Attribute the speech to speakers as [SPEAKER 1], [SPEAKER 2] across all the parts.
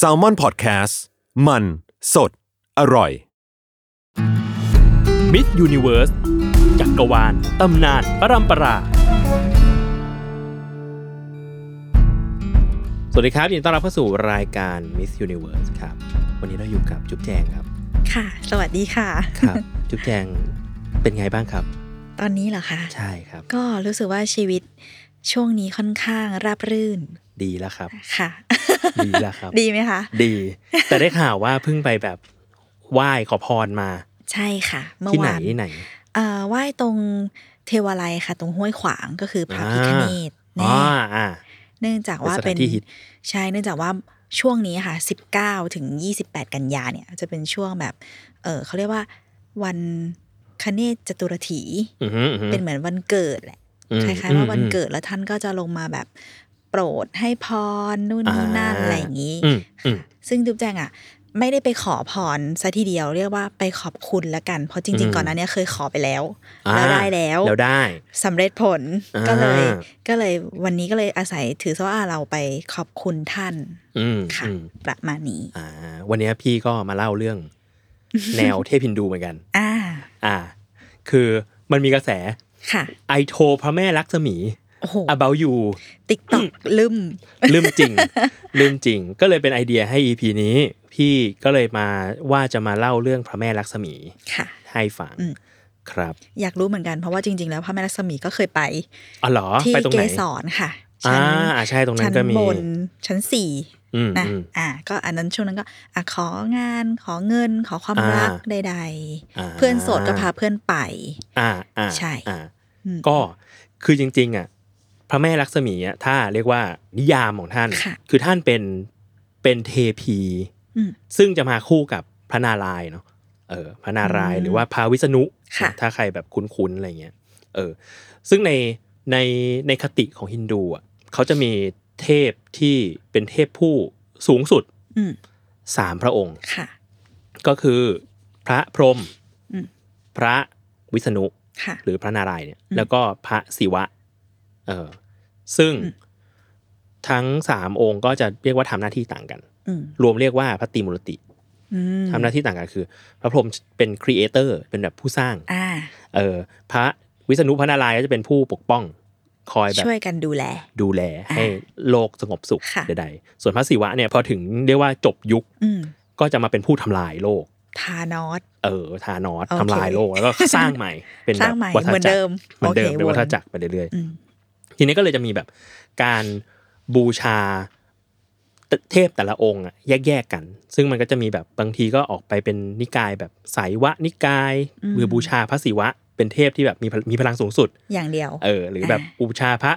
[SPEAKER 1] s a l m o n PODCAST มันสดอร่อย
[SPEAKER 2] มิสยูนิเวิร์สจักรวาล ตำนานปรัมปรา สวัสดีครับยินดีต้อนรับเข้าสู่รายการ Miss Universe ครับ วันนี้เราอยู่กับจุ๊บแจงครับ
[SPEAKER 3] ค่ะ สวัสดีค่ะ
[SPEAKER 2] ครับ จุ๊บแจงเป็นไงบ้างครับ
[SPEAKER 3] ตอนนี้เหรอคะ
[SPEAKER 2] ใช่ครับ
[SPEAKER 3] ก็รู้สึกว่าชีวิตช่วงนี้ค่อนข้างราบรื่น
[SPEAKER 2] ดีแล้วค รับ
[SPEAKER 3] ค่ะ
[SPEAKER 2] ดีแล้วครับ
[SPEAKER 3] ดีไหมคะ
[SPEAKER 2] ดี แต่ได้ข่าวว่าเพิ่งไปแบบไหว้ขอพรมา
[SPEAKER 3] ใช่ค่ะ เมื่อ
[SPEAKER 2] ที่ไหน
[SPEAKER 3] วาน
[SPEAKER 2] ที่ไหน
[SPEAKER 3] เอ่อไหว้ตรงเทวาลัยค่ะ ตรงห้วยขวางก็คือพระ
[SPEAKER 2] อ่า
[SPEAKER 3] พิฆเนศ
[SPEAKER 2] อ๋
[SPEAKER 3] แน่
[SPEAKER 2] ออ่า
[SPEAKER 3] เนื่องจากว่าเป็
[SPEAKER 2] เป็น
[SPEAKER 3] น
[SPEAKER 2] สถานที่ฮิต
[SPEAKER 3] ใช่เนื่องจากว่าช่วงนี้ค่ะ 19 ถึง 28 กันยาเนี่ย จะเป็นช่วงแบบ เออเขาเรียกว่าวันคเนศจตุรถี
[SPEAKER 2] อือหืออือหือ
[SPEAKER 3] เป็นเหมือนวันเกิดแหละ
[SPEAKER 2] อืม
[SPEAKER 3] คล้ายๆว่าวัน
[SPEAKER 2] อืม
[SPEAKER 3] เกิดแล้วท่านก็จะลงมาแบบโปรดให้พรนู่นนี่
[SPEAKER 2] อ่า
[SPEAKER 3] นั่นอะไรอย่างนี้
[SPEAKER 2] อืมอืม
[SPEAKER 3] ซึ่งจุ๊บแจงอ่ะ ไม่ได้ไปขอพรซะทีเดียวเรียกว่าไปขอบคุณละกัน เพราะจริง
[SPEAKER 2] อืม
[SPEAKER 3] ๆ ก่อนหน้าเนี้ยเคยขอไปแล้ว
[SPEAKER 2] อ่า
[SPEAKER 3] แล้วได้แล้ว
[SPEAKER 2] แล้วได้
[SPEAKER 3] สำเร็จผล
[SPEAKER 2] อ่า
[SPEAKER 3] ก็เลยก็เลยวันนี้ก็เลยอาศัยถือซะว่าเราไปขอบคุณท่าน
[SPEAKER 2] อืม
[SPEAKER 3] ค่ะ
[SPEAKER 2] อืม
[SPEAKER 3] ประมาณนี้
[SPEAKER 2] อ่าวันนี้พี่ก็มาเล่า เรื่อง แนวเทพฮินดูเหมือนกัน
[SPEAKER 3] อ่า
[SPEAKER 2] อ่า คือมันมีกระแส
[SPEAKER 3] ค่ะ
[SPEAKER 2] ไอโทรพระแม่ลักษมี
[SPEAKER 3] โอ้โห
[SPEAKER 2] about you
[SPEAKER 3] ติ๊กต็อกลืม
[SPEAKER 2] ลืมจ ริง ลืมจริง ก็เลยเป็นไอเดียให้ EP นี้ พี่ก็เลยมาว่าจะมาเล่าเรื่องพระแม่ลักษมี
[SPEAKER 3] ค่ะ
[SPEAKER 2] ให้ฟัง
[SPEAKER 3] อืม
[SPEAKER 2] ครับ
[SPEAKER 3] อยากรู้เหมือนกันเพราะว่าจริง ๆ แล้วพระแม่ลักษมีก็เคยไป
[SPEAKER 2] อ๋อเหรอ
[SPEAKER 3] ที่
[SPEAKER 2] ไปตรง
[SPEAKER 3] เก
[SPEAKER 2] ไหน
[SPEAKER 3] สรค่ะ
[SPEAKER 2] อ่า
[SPEAKER 3] ชั้น
[SPEAKER 2] อ่าใช่ตรงนั้
[SPEAKER 3] ชั้
[SPEAKER 2] น
[SPEAKER 3] น
[SPEAKER 2] ก็มี
[SPEAKER 3] บนชั้นสี่
[SPEAKER 2] อืม
[SPEAKER 3] นะ
[SPEAKER 2] อืม
[SPEAKER 3] อ่า ก็อันนั้นช่วงนั้นก็อ่ะของานขอเงินขอความรัก
[SPEAKER 2] อ่า
[SPEAKER 3] ใด
[SPEAKER 2] อ่า
[SPEAKER 3] ๆ เพื่อนโสดก็พาเพื่อนไป
[SPEAKER 2] อ่าอ่า
[SPEAKER 3] ใช่
[SPEAKER 2] อ่า
[SPEAKER 3] อืม
[SPEAKER 2] ก็คือจริง ๆ อ่ะ พระแม่ลักษมีอ่ะถ้าเรียกว่านิยามของท่าน
[SPEAKER 3] ค่ะ
[SPEAKER 2] คือท่านเป็นเป็นเทพี
[SPEAKER 3] อืม
[SPEAKER 2] ซึ่งจะมาคู่กับพระนารายณ์เนาะเออ พระนารายณ์
[SPEAKER 3] อืม
[SPEAKER 2] หรือว่าพระวิษณุ
[SPEAKER 3] ค่ะ
[SPEAKER 2] ถ้าใครแบบคุ้นๆอะไรเงี้ยเออ ซึ่งในในในคติของฮินดูอ่ะเขาจะมีเทพที่เป็นเทพผู้สูงสุด
[SPEAKER 3] อืม
[SPEAKER 2] สามพระองค์
[SPEAKER 3] ค่ะ
[SPEAKER 2] ก็คือพระพรหม
[SPEAKER 3] อืม
[SPEAKER 2] พระวิษณุ
[SPEAKER 3] ค่ะ
[SPEAKER 2] หรือพระนารายณ์เนี่ย
[SPEAKER 3] อืม
[SPEAKER 2] แล้วก็พระศิวะ เออซึ่ง
[SPEAKER 3] อืม
[SPEAKER 2] ทั้งสามองค์ก็จะเรียกว่าทำหน้าที่ต่างกัน
[SPEAKER 3] อืม
[SPEAKER 2] รวมเรียกว่าพระตรีมุรติ
[SPEAKER 3] อืม
[SPEAKER 2] ทำหน้าที่ต่างกันคือ พระพรหมเป็นครีเอเตอร์เป็นแบบผู้สร้าง
[SPEAKER 3] อ่า
[SPEAKER 2] เออพระวิษณุพระนารายณ์ก็จะเป็นผู้ปกป้อง คอยแบบ
[SPEAKER 3] ช่วยกันดูแล
[SPEAKER 2] ดูแลให้โลกสงบสุข
[SPEAKER 3] ค่ะ
[SPEAKER 2] ใดๆส่วนพระศิวะเนี่ยพอถึงเรียกว่าจบยุค
[SPEAKER 3] อืม
[SPEAKER 2] ก็จะมาเป็นผู้ทำลายโลก
[SPEAKER 3] ทานอส
[SPEAKER 2] เออทานอส
[SPEAKER 3] โอเค
[SPEAKER 2] ทำลายโลกแล้วก็สร้างใหม่ เป็น
[SPEAKER 3] ส
[SPEAKER 2] แบ
[SPEAKER 3] ร้า
[SPEAKER 2] บ
[SPEAKER 3] งใหม่
[SPEAKER 2] วัฏ
[SPEAKER 3] เหมือน
[SPEAKER 2] จัก
[SPEAKER 3] เดิ
[SPEAKER 2] ร
[SPEAKER 3] ม
[SPEAKER 2] เหมือนเดิม
[SPEAKER 3] โอเค
[SPEAKER 2] เป็นวัฏ
[SPEAKER 3] วน
[SPEAKER 2] จักรไปเรื่อย
[SPEAKER 3] อืม
[SPEAKER 2] ๆทีนี้ก็เลยจะมีแบบการบูชาเทพแต่ละองค์อะแยกๆกัน ซึ่งมันก็จะมีแบบบางทีก็ออกไปเป็นนิกายแบบไสยวะนิกายหรือบูชาพระศิวะ เป็นเทพที่แบบมีพลมีพลังสูงสุด
[SPEAKER 3] อย่างเดียว
[SPEAKER 2] เออ หรือแบบ
[SPEAKER 3] อ่า
[SPEAKER 2] บูชาพระ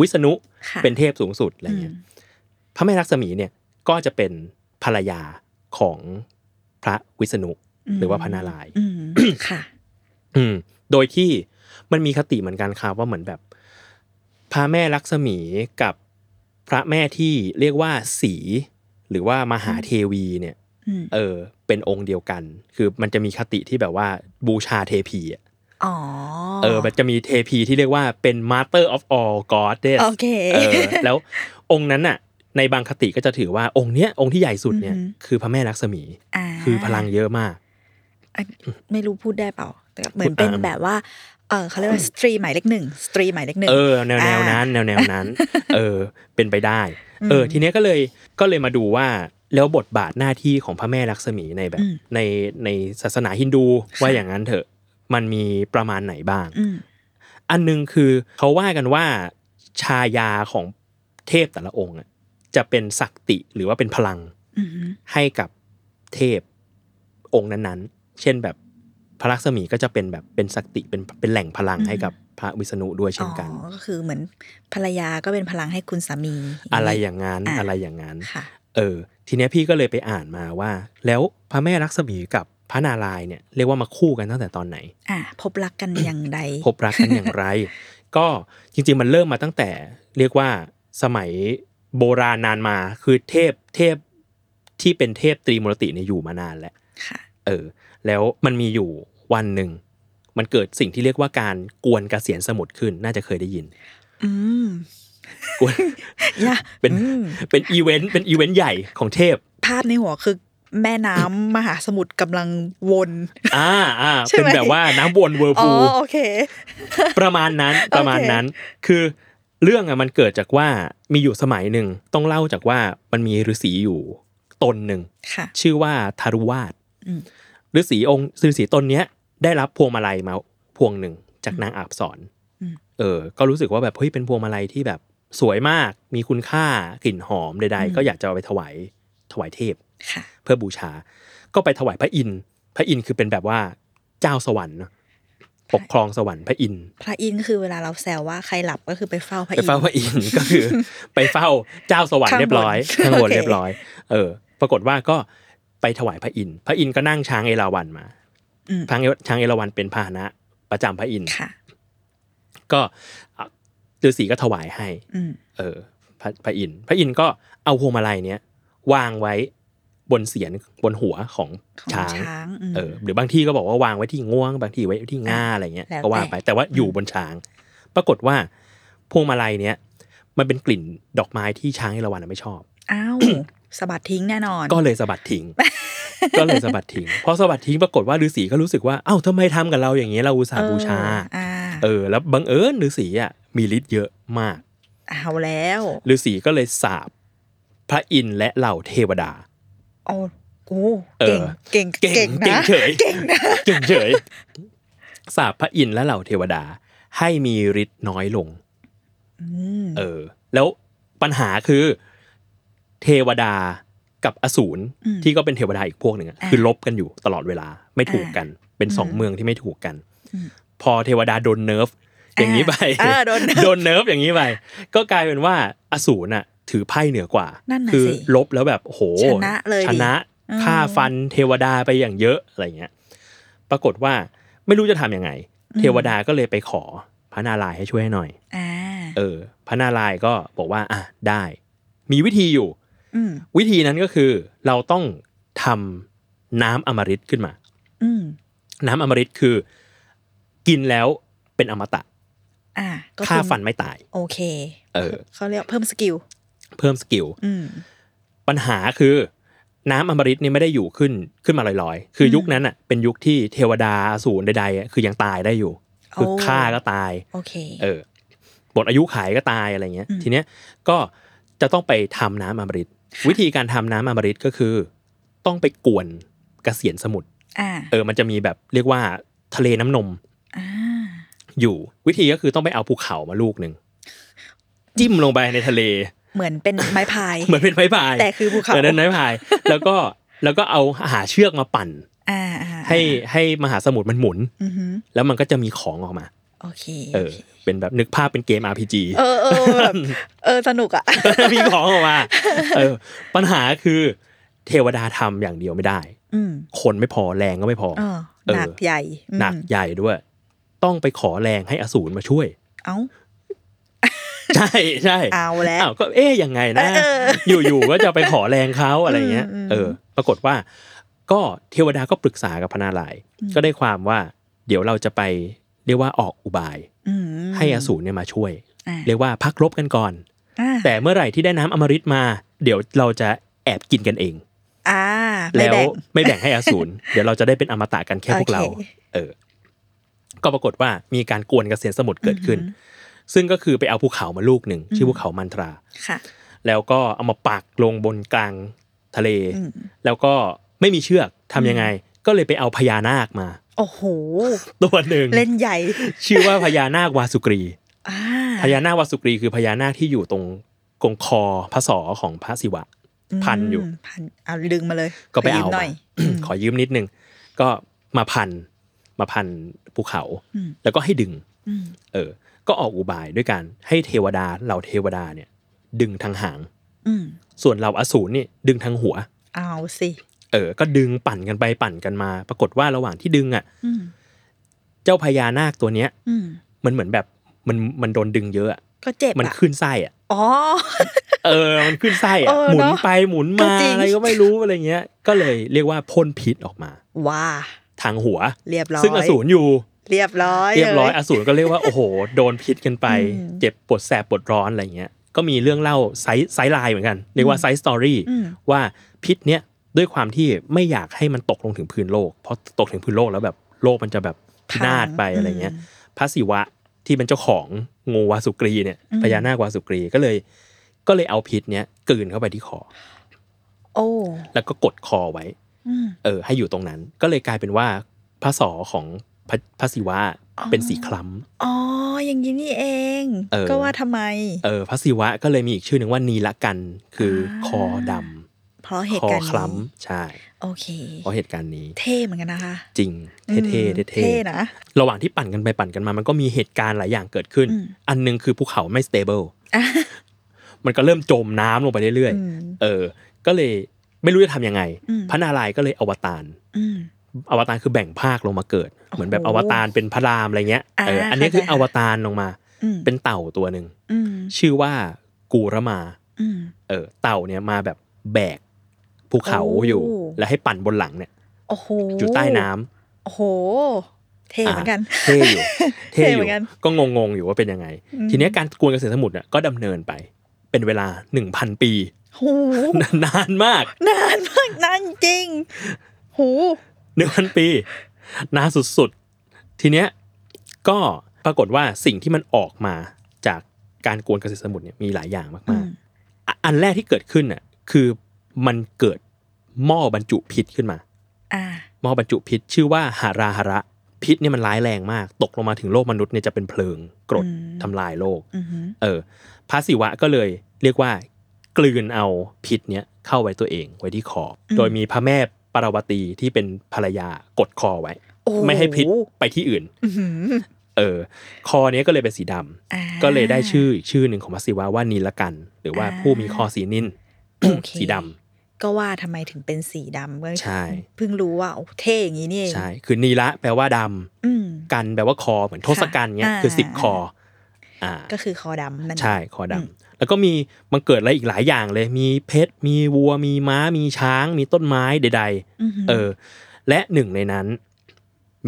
[SPEAKER 2] วิษณุ
[SPEAKER 3] ค่ะ
[SPEAKER 2] เป็นเทพสูงสุดอะไรเงี้ย
[SPEAKER 3] อืม
[SPEAKER 2] พระแม่ลักษมีเนี่ยก็จะเป็นภรรยาของพระวิษณุหรือว่าพระนารายณ์
[SPEAKER 3] อืมค่ะ
[SPEAKER 2] อืมโดยที่มันมีคติเหมือนกันครับว่าเหมือนแบบ พระแม่ลักษมีกับพระแม่ที่เรียกว่าสี หรือว่ามหาเทวีเนี่ย
[SPEAKER 3] อืม
[SPEAKER 2] เออ เป็นองค์เดียวกัน คือมันจะมีคติที่แบบว่าบูชาเทพีอะ
[SPEAKER 3] อ๋อ
[SPEAKER 2] เออมันจะมีเทพีที่เรียกว่าเป็น Master of all God เ
[SPEAKER 3] โอเค
[SPEAKER 2] เออแล้วองค์นั้นน่ะ ในบางคติก็จะถือว่าองค์เนี้ยองค์ที่ใหญ่สุดเนี่ย
[SPEAKER 3] อือหือ
[SPEAKER 2] คือพระแม่ลักษมี
[SPEAKER 3] า
[SPEAKER 2] คือพลังเยอะมาก
[SPEAKER 3] อ่ะไม่รู้พูดได้เปล่าแต่เหมือนเป็น
[SPEAKER 2] อ่า
[SPEAKER 3] แบบว่า เออเขาเรียกว่าสตรีหมายเลขหนึ่งสตรีหมายเลขหนึ่ง
[SPEAKER 2] เออแนวแนวนั้น แนวแนวนั้น เออ เป็นไปได้ เออ
[SPEAKER 3] อืม
[SPEAKER 2] ทีเนี้ยก็เลยก็เลยมาดูว่าแล้วบทบาทหน้าที่ของพระแม่ลักษมีในแบบ
[SPEAKER 3] อืม
[SPEAKER 2] ในในศาสนาฮินดู
[SPEAKER 3] ค่ะ
[SPEAKER 2] ว่าอย่างนั้นเถอะมันมีประมาณไหนบ้าง
[SPEAKER 3] อืม
[SPEAKER 2] อันหนึงคือเขาว่ากันว่าชายาของเทพแต่ละองค์อะจะเป็นศักติหรือว่าเป็นพลัง
[SPEAKER 3] อืม
[SPEAKER 2] ให้กับเทพองค์นั้นๆ เช่นแบบ พระลักษมีก็จะเป็นแบบเป็นสักติเป็นเป็นแหล่งพลัง
[SPEAKER 3] อืม
[SPEAKER 2] ให้กับพระวิษณุด้วยเช่นกัน
[SPEAKER 3] อ๋อก็คือเหมือนภรรยาก็เป็นพลังให้คุณสามีย่างนี้
[SPEAKER 2] อะไรอย่างนั้น
[SPEAKER 3] อ่ะ
[SPEAKER 2] อะไรอย่างนั้น
[SPEAKER 3] ค่ะ
[SPEAKER 2] เออ ทีเนี้ยพี่ก็เลยไปอ่านมาว่า แล้วพระแม่ลักษมีกับพระนารายณ์เนี่ยเรียกว่ามาคู่กันตั้งแต่ตอนไหน
[SPEAKER 3] อ่ะพบรักกันอย่างใด
[SPEAKER 2] พบรักกันอย่างไร ก็จริงๆมันเริ่มมาตั้งแต่เรียกว่าสมัยโบราณนานมาคือเทพเทพที่เป็นเทพตรีมูรติเนี่ยอยู่มานานแล้ว
[SPEAKER 3] ค่ะ
[SPEAKER 2] เออแล้วมันมีอยู่วันหนึ่ง มันเกิดสิ่งที่เรียกว่าการกวนกระเสียนสมุทรขึ้นน่าจะเคยได้ยิน
[SPEAKER 3] อืม
[SPEAKER 2] กวน
[SPEAKER 3] ยะ
[SPEAKER 2] เป็น
[SPEAKER 3] อืม
[SPEAKER 2] เป็นอีเวนต์เป็นอีเวนต์ใหญ่ของเทพ
[SPEAKER 3] ภาพในหัวคือแม่น้ำมหาสมุทรกำลังวน
[SPEAKER 2] อ่าอ่า
[SPEAKER 3] ใช่ไหม
[SPEAKER 2] เป็นแบบว่าน้ำวนเวอร์
[SPEAKER 3] อ๋อ
[SPEAKER 2] พู
[SPEAKER 3] โอเค
[SPEAKER 2] ประมาณนั้น
[SPEAKER 3] โอเค
[SPEAKER 2] ประมาณนั้น คือเรื่องอะมันเกิดจากว่ามีอยู่สมัยหนึ่งต้องเล่าจากว่ามันมีฤาษีอยู่ตนหนึ่ง
[SPEAKER 3] ค่ะ
[SPEAKER 2] ชื่อว่าทารุวาส
[SPEAKER 3] อืม
[SPEAKER 2] ฤาษีองค์ฤาษีตนเนี้ย ได้รับพวงมาลัยมาพวงหนึ่งจากนางอาบสร
[SPEAKER 3] อืม
[SPEAKER 2] เออ ก็รู้สึกว่าแบบเฮ้ยเป็นพวงมาลัยที่แบบสวยมาก มีคุณค่ากลิ่นหอมใด
[SPEAKER 3] อืม
[SPEAKER 2] ๆ ก็อยากจะเอาไปถวายถวายเทพ
[SPEAKER 3] ค่ะ
[SPEAKER 2] เพื่อบูชา ก็ไปถวายพระอินทร์พระอินทร์คือเป็นแบบว่าเจ้าสวรรค์เนอะปกครองสวรรค์พระอินทร์
[SPEAKER 3] พระอินทร์คือเวลาเราแซวว่าใครหลับก็คือไปเฝ้าพ
[SPEAKER 2] ไป
[SPEAKER 3] ระอินท
[SPEAKER 2] เฝ้า
[SPEAKER 3] ร์
[SPEAKER 2] พระอินทร์ ก็คือไปเฝ้าเจ้าสวรรค์เรียบ ร้อย
[SPEAKER 3] ข้า
[SPEAKER 2] ข้าง
[SPEAKER 3] ง
[SPEAKER 2] บบ
[SPEAKER 3] น
[SPEAKER 2] น
[SPEAKER 3] โอเค
[SPEAKER 2] เรียบร้อย เออ ปรากฏว่าก็ไปถวายพระอินทร์พระอินทร์ก็นั่งช้างเอราวัณมา
[SPEAKER 3] อืม
[SPEAKER 2] ช้างเอช้างเอราวัณเป็นพาหนะประจำพระอินทร์
[SPEAKER 3] ค่ะ
[SPEAKER 2] ก็อ่ะฤาษีก็ถวายให้
[SPEAKER 3] อืม
[SPEAKER 2] เออพระพระอินทร์พระอินทร์ก็เอาพวงมาลัยเนี้ยวางไว้บนเสียนบนหัวของ
[SPEAKER 3] ของ
[SPEAKER 2] ช้าง
[SPEAKER 3] ช้างอืม
[SPEAKER 2] เออหรือบางที่ก็บอกว่าวางไว้ที่ง่วง บางที่ไว้ที่ง่าอะไรเงี้ย
[SPEAKER 3] แล้วแต่
[SPEAKER 2] ก็ว่าไปแต่ว่าอยู่บนช้าง ปรากฏว่าพวงมาลัยเนี้ยมันเป็นกลิ่นดอกไม้ที่ช้างเอราวัณนะไม่ชอบ
[SPEAKER 3] อ้าว สะบัดทิ้งแน่นอน
[SPEAKER 2] ก็เลยสะบัดทิ้ ง ก็เลยสะบัดทิ้งพอสะบัดทิ้งปรากฏว่าฤาษีก็รู้สึกว่าเอ้าทำไมทำกับเราอย่างนี้ยเราอุตส่าห์บูชา
[SPEAKER 3] เอออ่า
[SPEAKER 2] เออแล้วบังเอิญฤาษีอ่ะมีฤทธิ์เยอะมาก
[SPEAKER 3] เอาแล้ว
[SPEAKER 2] ฤาษีก็เลยสาบพระอินทร์และเหล่าเทวดา
[SPEAKER 3] เอาโอ้
[SPEAKER 2] เอ
[SPEAKER 3] เก่ง
[SPEAKER 2] อ
[SPEAKER 3] เก่ง
[SPEAKER 2] เก่ง
[SPEAKER 3] เก่ง
[SPEAKER 2] เก่ง
[SPEAKER 3] นะ
[SPEAKER 2] เฉยเก่งเก่งเฉยสาบพระอินทร์และเหล่าเทวดา ให้มีฤทธิ์น้อยลง
[SPEAKER 3] อืม
[SPEAKER 2] เออ แล้วปัญหาคือเทวดากับอสูร
[SPEAKER 3] ม
[SPEAKER 2] ที่ก็เป็นเทวดาอีกพวกหนึ่งอะ
[SPEAKER 3] อ่า
[SPEAKER 2] คือลบกันอยู่ตลอดเวลาไม่ถูกกัน เป็นสอง
[SPEAKER 3] อืม
[SPEAKER 2] เมืองที่ไม่ถูกกัน
[SPEAKER 3] อืม
[SPEAKER 2] พอเทวดาโดนเนิร์ฟอย่างนี้ไป
[SPEAKER 3] อ่าโดนเนิร์ฟ
[SPEAKER 2] โดนเนิร์ฟอย่างนี้ไปก็กลายเป็นว่าอสูรน่ะ ถือไพ่เหนือกว่า
[SPEAKER 3] นั่นน่ะ
[SPEAKER 2] คื
[SPEAKER 3] สิ
[SPEAKER 2] ลบแล้วแบบโอ้โห
[SPEAKER 3] ชนะเลยดิ
[SPEAKER 2] ชนะ
[SPEAKER 3] อืม
[SPEAKER 2] ฆ่าฟันเทวดาไปอย่างเยอะอะไรเงี้ย ปรากฏว่าไม่รู้จะทำยังไง เทวดาก็เลยไปขอพระนารายณ์ให้ช่วยให้หน่อย
[SPEAKER 3] อ่า
[SPEAKER 2] เออพระนารายณ์ก็บอกว่าอ่ะได้ มีวิธีอยู่
[SPEAKER 3] อืม
[SPEAKER 2] วิธีนั้นก็คือเราต้องทำน้ำอมฤตขึ้นมา
[SPEAKER 3] อืม
[SPEAKER 2] น้ำอมฤตคือ กินแล้วเป็นอมตะ
[SPEAKER 3] อ่าก็คือ
[SPEAKER 2] ฆ่าฟันไม่ตาย
[SPEAKER 3] โอเค
[SPEAKER 2] เออ
[SPEAKER 3] เขาเรียกเพิ่มสกิล
[SPEAKER 2] เพิ่มสกิล
[SPEAKER 3] อืม
[SPEAKER 2] ปัญหาคือ น้ำอมฤตนี่ไม่ได้อยู่ขึ้นขึ้นมาลอยๆ คืออ
[SPEAKER 3] ม
[SPEAKER 2] ยุคนั้นอ่ะเป็นยุคที่เทวดาอสูรใดๆอ่ะคือยังตายได้อยู่ คือ
[SPEAKER 3] โอ้
[SPEAKER 2] ฆ่าก็ตาย
[SPEAKER 3] โอเค
[SPEAKER 2] เออหมดอายุขายก็ตายอะไรเงี้ย
[SPEAKER 3] อืม
[SPEAKER 2] ทีเนี้ยก็จะต้องไปทำน้ำอมฤตวิธีการทำน้ำอมฤตก็คือ ต้องไปกวนกระเสียนสมุทร
[SPEAKER 3] อ่า
[SPEAKER 2] เออมันจะมีแบบเรียกว่าทะเลน้ำนม
[SPEAKER 3] อ่า
[SPEAKER 2] อยู่ วิธีก็คือต้องไปเอาภูเขามาลูกหนึ่งจิ้มลงไปในทะเล
[SPEAKER 3] เหมือน เป็นไม้พาย
[SPEAKER 2] เหมือนเป็นไม้พาย
[SPEAKER 3] แต่คือภูเขา
[SPEAKER 2] เหมือนเป็นไม้พาย แล้วก็แล้วก็เอาหาเชือกมาปั่น
[SPEAKER 3] อ่าอ่า
[SPEAKER 2] ให้ให้มหาสมุทรมันหมุน
[SPEAKER 3] อือหือ
[SPEAKER 2] แล้วมันก็จะมีของออกมา
[SPEAKER 3] โอเค
[SPEAKER 2] เออ เป็นแบบนึกภาพเป็นเกม RPG
[SPEAKER 3] เออเออแบบเออสนุกอ่ะ
[SPEAKER 2] มีของออกมาเออ ปัญหาคือ เทวดาทำอย่างเดียวไม่ได้
[SPEAKER 3] อืม
[SPEAKER 2] คนไม่พอแรงก็ไม่พอ
[SPEAKER 3] เออ
[SPEAKER 2] เออ
[SPEAKER 3] หนักใหญ่อืม
[SPEAKER 2] หนักใหญ่ด้วย ต้องไปขอแรงให้อสูรมาช่วย
[SPEAKER 3] เอ้า
[SPEAKER 2] ใช่ใช่
[SPEAKER 3] เอาแล้ว
[SPEAKER 2] อ้าวก็เอ๊ยยังไงนะ
[SPEAKER 3] เออ
[SPEAKER 2] อยู่ๆก็จะไปขอแรงเขาอะไรเงี้ย
[SPEAKER 3] อืมอืม
[SPEAKER 2] เออ ปรากฏว่า ก็เทวดาก็ปรึกษากับพระนารายณ์
[SPEAKER 3] อืม
[SPEAKER 2] ก็ได้ความว่า เดี๋ยวเราจะไปเรียกว่าออกอุบาย
[SPEAKER 3] อืม
[SPEAKER 2] ให้อสูรเนี่ยมาช่วย
[SPEAKER 3] อ่า
[SPEAKER 2] เรียกว่าพักรบกันก่อน
[SPEAKER 3] อ่า
[SPEAKER 2] แต่เมื่อไหร่ที่ได้น้ำอมฤตมา เดี๋ยวเราจะแอบกินกันเอง
[SPEAKER 3] อ่าไม่
[SPEAKER 2] แล้ว
[SPEAKER 3] บ่ง
[SPEAKER 2] ไม่แบ่งให้อสูร เดี๋ยวเราจะได้เป็นอมตะกันแค่พวกเรา
[SPEAKER 3] โอเค
[SPEAKER 2] เออ ก็ปรากฏว่ามีการกวนกระเสียนสมุทรเกิดขึ้น
[SPEAKER 3] อือหื
[SPEAKER 2] ซึ่งก็คือไปเอาภูเขามาลูกหนึ่ง
[SPEAKER 3] อืม
[SPEAKER 2] ชื่อภูเขามันตรา
[SPEAKER 3] ค่ะ
[SPEAKER 2] แล้วก็เอามาปักลงบนกลางทะเล
[SPEAKER 3] อืม
[SPEAKER 2] แล้วก็ไม่มีเชือกทำยังไง ก็เลยไปเอาพญานาคมา
[SPEAKER 3] โอ้โห
[SPEAKER 2] ตัวหนึ่ง
[SPEAKER 3] เล่นใหญ่
[SPEAKER 2] ชื่อว่าพญานาควาสุกรี
[SPEAKER 3] อ่า
[SPEAKER 2] พญานาควาสุกรีคือพญานาคที่อยู่ตรงกรงคอพระศอของพระศิวะ พันอยู่
[SPEAKER 3] มพันเอาดึงมาเลย
[SPEAKER 2] ก็ไปเอา
[SPEAKER 3] ยืมห
[SPEAKER 2] มา
[SPEAKER 3] น่อย
[SPEAKER 2] ขอยืมนิดนึง ก็มาพัน ม มาพันภูเขา
[SPEAKER 3] อืม
[SPEAKER 2] แล้วก็ให้ดึง
[SPEAKER 3] อืม
[SPEAKER 2] เออ ก็ออกอุบายด้วยการให้เทวดาเหล่าเทวดาเนี่ย ดึงทางหาง
[SPEAKER 3] อืม
[SPEAKER 2] ส่วนเหล่าอสูรนี่ดึงทางหัว
[SPEAKER 3] เอาสิ
[SPEAKER 2] เออ ก็ดึงปั่นกันไปปั่นกันมา ปรากฏว่าระหว่างที่ดึงอ่ะ
[SPEAKER 3] อืม
[SPEAKER 2] เจ้าพญานาคตัวเนี้ย
[SPEAKER 3] อืม
[SPEAKER 2] มันเหมือนแบบมันมันโดนดึงเยอะอะ
[SPEAKER 3] ก็เจ็บ
[SPEAKER 2] มัน
[SPEAKER 3] อะ
[SPEAKER 2] ขึ้นไส้อ่ะ
[SPEAKER 3] อ๋อ
[SPEAKER 2] เออ มันขึ้นไส้อ่ะ
[SPEAKER 3] เออ
[SPEAKER 2] หมุน
[SPEAKER 3] เนอะ
[SPEAKER 2] ไปหมุน
[SPEAKER 3] ก็
[SPEAKER 2] มา
[SPEAKER 3] จริง
[SPEAKER 2] อะไรก็ไม่รู้อะไรเงี้ย ก็เลยเรียกว่าพ่นพิษออกมา
[SPEAKER 3] ว้า
[SPEAKER 2] ทางหัว
[SPEAKER 3] เรียบร้อย
[SPEAKER 2] ซึ่งอสูรอยู่
[SPEAKER 3] เรียบร้อย
[SPEAKER 2] เรียบร้อย
[SPEAKER 3] ล
[SPEAKER 2] อสูรก็เรียกว่า โอ้โห โดนพิษกันไป
[SPEAKER 3] อืม
[SPEAKER 2] เจ็บปวดแสบปวดร้อนอะไรเงี้ย ก็มีเรื่องเล่าไซส์ไซส์ไลน์เหมือนกัน เรียกว่าไซส์สตอรี่
[SPEAKER 3] อืม
[SPEAKER 2] ว่าพิษเนี้ยด้วยความที่ไม่อยากให้มันตกลงถึงพื้นโลก เพราะตกถึงพื้นโลกแล้วแบบโลกมันจะแบบพินาศไปอะไรเงี้ย พระศิวะที่เป็นเจ้าของงูวาสุกรีเนี่ย
[SPEAKER 3] อืม
[SPEAKER 2] พญานาควาสุกรีก็เลย ก็เลยเอาพิษเนี้ยกลืนเข้าไปที่คอ
[SPEAKER 3] โอ้
[SPEAKER 2] แล้วก็กดคอไว้
[SPEAKER 3] อืม
[SPEAKER 2] เออ ให้อยู่ตรงนั้น ก็เลยกลายเป็นว่าพระศอของพระพระศิวะ
[SPEAKER 3] อ๋อ
[SPEAKER 2] เป็นสีคล้ำ
[SPEAKER 3] อ๋ออย่างนี้นี่เอง
[SPEAKER 2] เออ
[SPEAKER 3] ก็ว่าทำไม
[SPEAKER 2] เออพระศิวะก็เลยมีอีกชื่อหนึ่งว่านีละกันคืออา คอดำ
[SPEAKER 3] เพราะเห
[SPEAKER 2] ค
[SPEAKER 3] ตุ
[SPEAKER 2] อ
[SPEAKER 3] การณ์
[SPEAKER 2] ค
[SPEAKER 3] นี้
[SPEAKER 2] ล้ำใช่
[SPEAKER 3] โอเค
[SPEAKER 2] เพราะเหตุการณ์นี้
[SPEAKER 3] เท่เหมือนกันนะคะ
[SPEAKER 2] จริงเท่ๆเท่
[SPEAKER 3] อืม
[SPEAKER 2] ๆ
[SPEAKER 3] เท่นะ
[SPEAKER 2] ระหว่างที่ปั่นกันไปปั่นกันมา มันก็มีเหตุการณ์หลายอย่างเกิดขึ้น
[SPEAKER 3] อืม
[SPEAKER 2] อันหนึงคือภูเขาไม่สเตเบิล
[SPEAKER 3] อ่ะ
[SPEAKER 2] มันก็เริ่มจมน้ำลงไปเรื่อย
[SPEAKER 3] อื
[SPEAKER 2] ๆ
[SPEAKER 3] ม
[SPEAKER 2] เออ ก็เลยไม่รู้จะทำยังไง
[SPEAKER 3] อืม
[SPEAKER 2] พระนารายณ์ก็เลยอวตาร
[SPEAKER 3] อืม
[SPEAKER 2] อวตารคือแบ่งภาคลงมาเกิด เหมือนแบบ
[SPEAKER 3] โอ้
[SPEAKER 2] อ
[SPEAKER 3] โห
[SPEAKER 2] วตารเป็นพระรามอะไรเงี้ย เออ
[SPEAKER 3] อ่า
[SPEAKER 2] อันนี้คืออ
[SPEAKER 3] เข้าใจค่ะ
[SPEAKER 2] วตารลงมา
[SPEAKER 3] อืม
[SPEAKER 2] เป็นเต่าตัวหนึ่ง
[SPEAKER 3] อืม
[SPEAKER 2] ชื่อว่ากูรมา
[SPEAKER 3] อืม
[SPEAKER 2] เออ เต่าเนี่ยมาแบบแบกภูเขา
[SPEAKER 3] โอ้
[SPEAKER 2] อยู่ แล้วให้ปั่นบนหลังเนี่ย
[SPEAKER 3] โอ้โห
[SPEAKER 2] อยู่ใต้น้ำ
[SPEAKER 3] โอ้โห เท่เหมือนกัน
[SPEAKER 2] าเท่อยู่ เท่ อ
[SPEAKER 3] เท่เหมื
[SPEAKER 2] ยู่
[SPEAKER 3] อนกัน
[SPEAKER 2] ก็งงๆอยู่ว่าเป็นยังไง
[SPEAKER 3] อืม
[SPEAKER 2] ทีเนี้ยการกวนเกษตรสมุทรเนี่ยก็ดำเนินไป เป็นเวลาหนึ่งพันปี
[SPEAKER 3] โหู
[SPEAKER 2] นานมาก
[SPEAKER 3] นานมากนานจริงโหู
[SPEAKER 2] หนึ่งพันปีนานสุดๆ ทีเนี้ยก็ปรากฏว่าสิ่งที่มันออกมาจากการกวนเกษตรสมุทรเนี่ยมีหลายอย่าง
[SPEAKER 3] อื
[SPEAKER 2] มาก
[SPEAKER 3] ม
[SPEAKER 2] ๆอ่ะอันแรกที่เกิดขึ้นน่ะคือมันเกิดหม้อบรรจุพิษขึ้นมา
[SPEAKER 3] อ่า
[SPEAKER 2] หม้อบรรจุพิษชื่อว่าหาราหาระพิษเนี่ยมันร้ายแรงมาก ตกลงมาถึงโลกมนุษย์เนี่ยจะเป็นเพลิงกรด
[SPEAKER 3] อืม
[SPEAKER 2] ทำลายโลก
[SPEAKER 3] อือหือ
[SPEAKER 2] เออพระศิวะก็เลยเรียกว่า กลืนเอาพิษเนี้ยเข้าไว้ตัวเองไว้ที่คออโดยมีพระแม่ปารวตีที่เป็นภรรยากดคอไว้
[SPEAKER 3] โอ้โ
[SPEAKER 2] ไม่ให้พิษไปที่อื่น
[SPEAKER 3] อื้อหือ
[SPEAKER 2] เออ คอเนี้ยก็เลยเป็นสีดำ
[SPEAKER 3] อ่า
[SPEAKER 2] ก็เลยได้ชื่ออีกชื่อหนึ่งของมัสซิวาว่านิลกัน หรือว่า
[SPEAKER 3] อ่า
[SPEAKER 2] ผู้มีคอสีนิน
[SPEAKER 3] โอเค
[SPEAKER 2] สีดำ
[SPEAKER 3] ก็ว่าทำไมถึงเป็นสีดำเมื่อ
[SPEAKER 2] ใช่
[SPEAKER 3] เพิ่งรู้ว่าโอ้เท่อย่างนี้นี่เอง
[SPEAKER 2] ใช่ คือนีละแปลว่าดำ
[SPEAKER 3] อืม
[SPEAKER 2] กันแปลว่าคอเหมือนทศกัณฐ์เนี้ย
[SPEAKER 3] ค่ะ
[SPEAKER 2] คือสิบคอ อ่า
[SPEAKER 3] ก็คือคอดำนั่นเอง
[SPEAKER 2] ใช่คอดำ
[SPEAKER 3] อืม
[SPEAKER 2] แล้วก็มีมันเกิดอะไรอีกหลายอย่างเลย มีเพชร มีวัว มีม้า มีช้าง มีต้นไม้ใด
[SPEAKER 3] อหื
[SPEAKER 2] ๆ เออ และหนึ่งในนั้น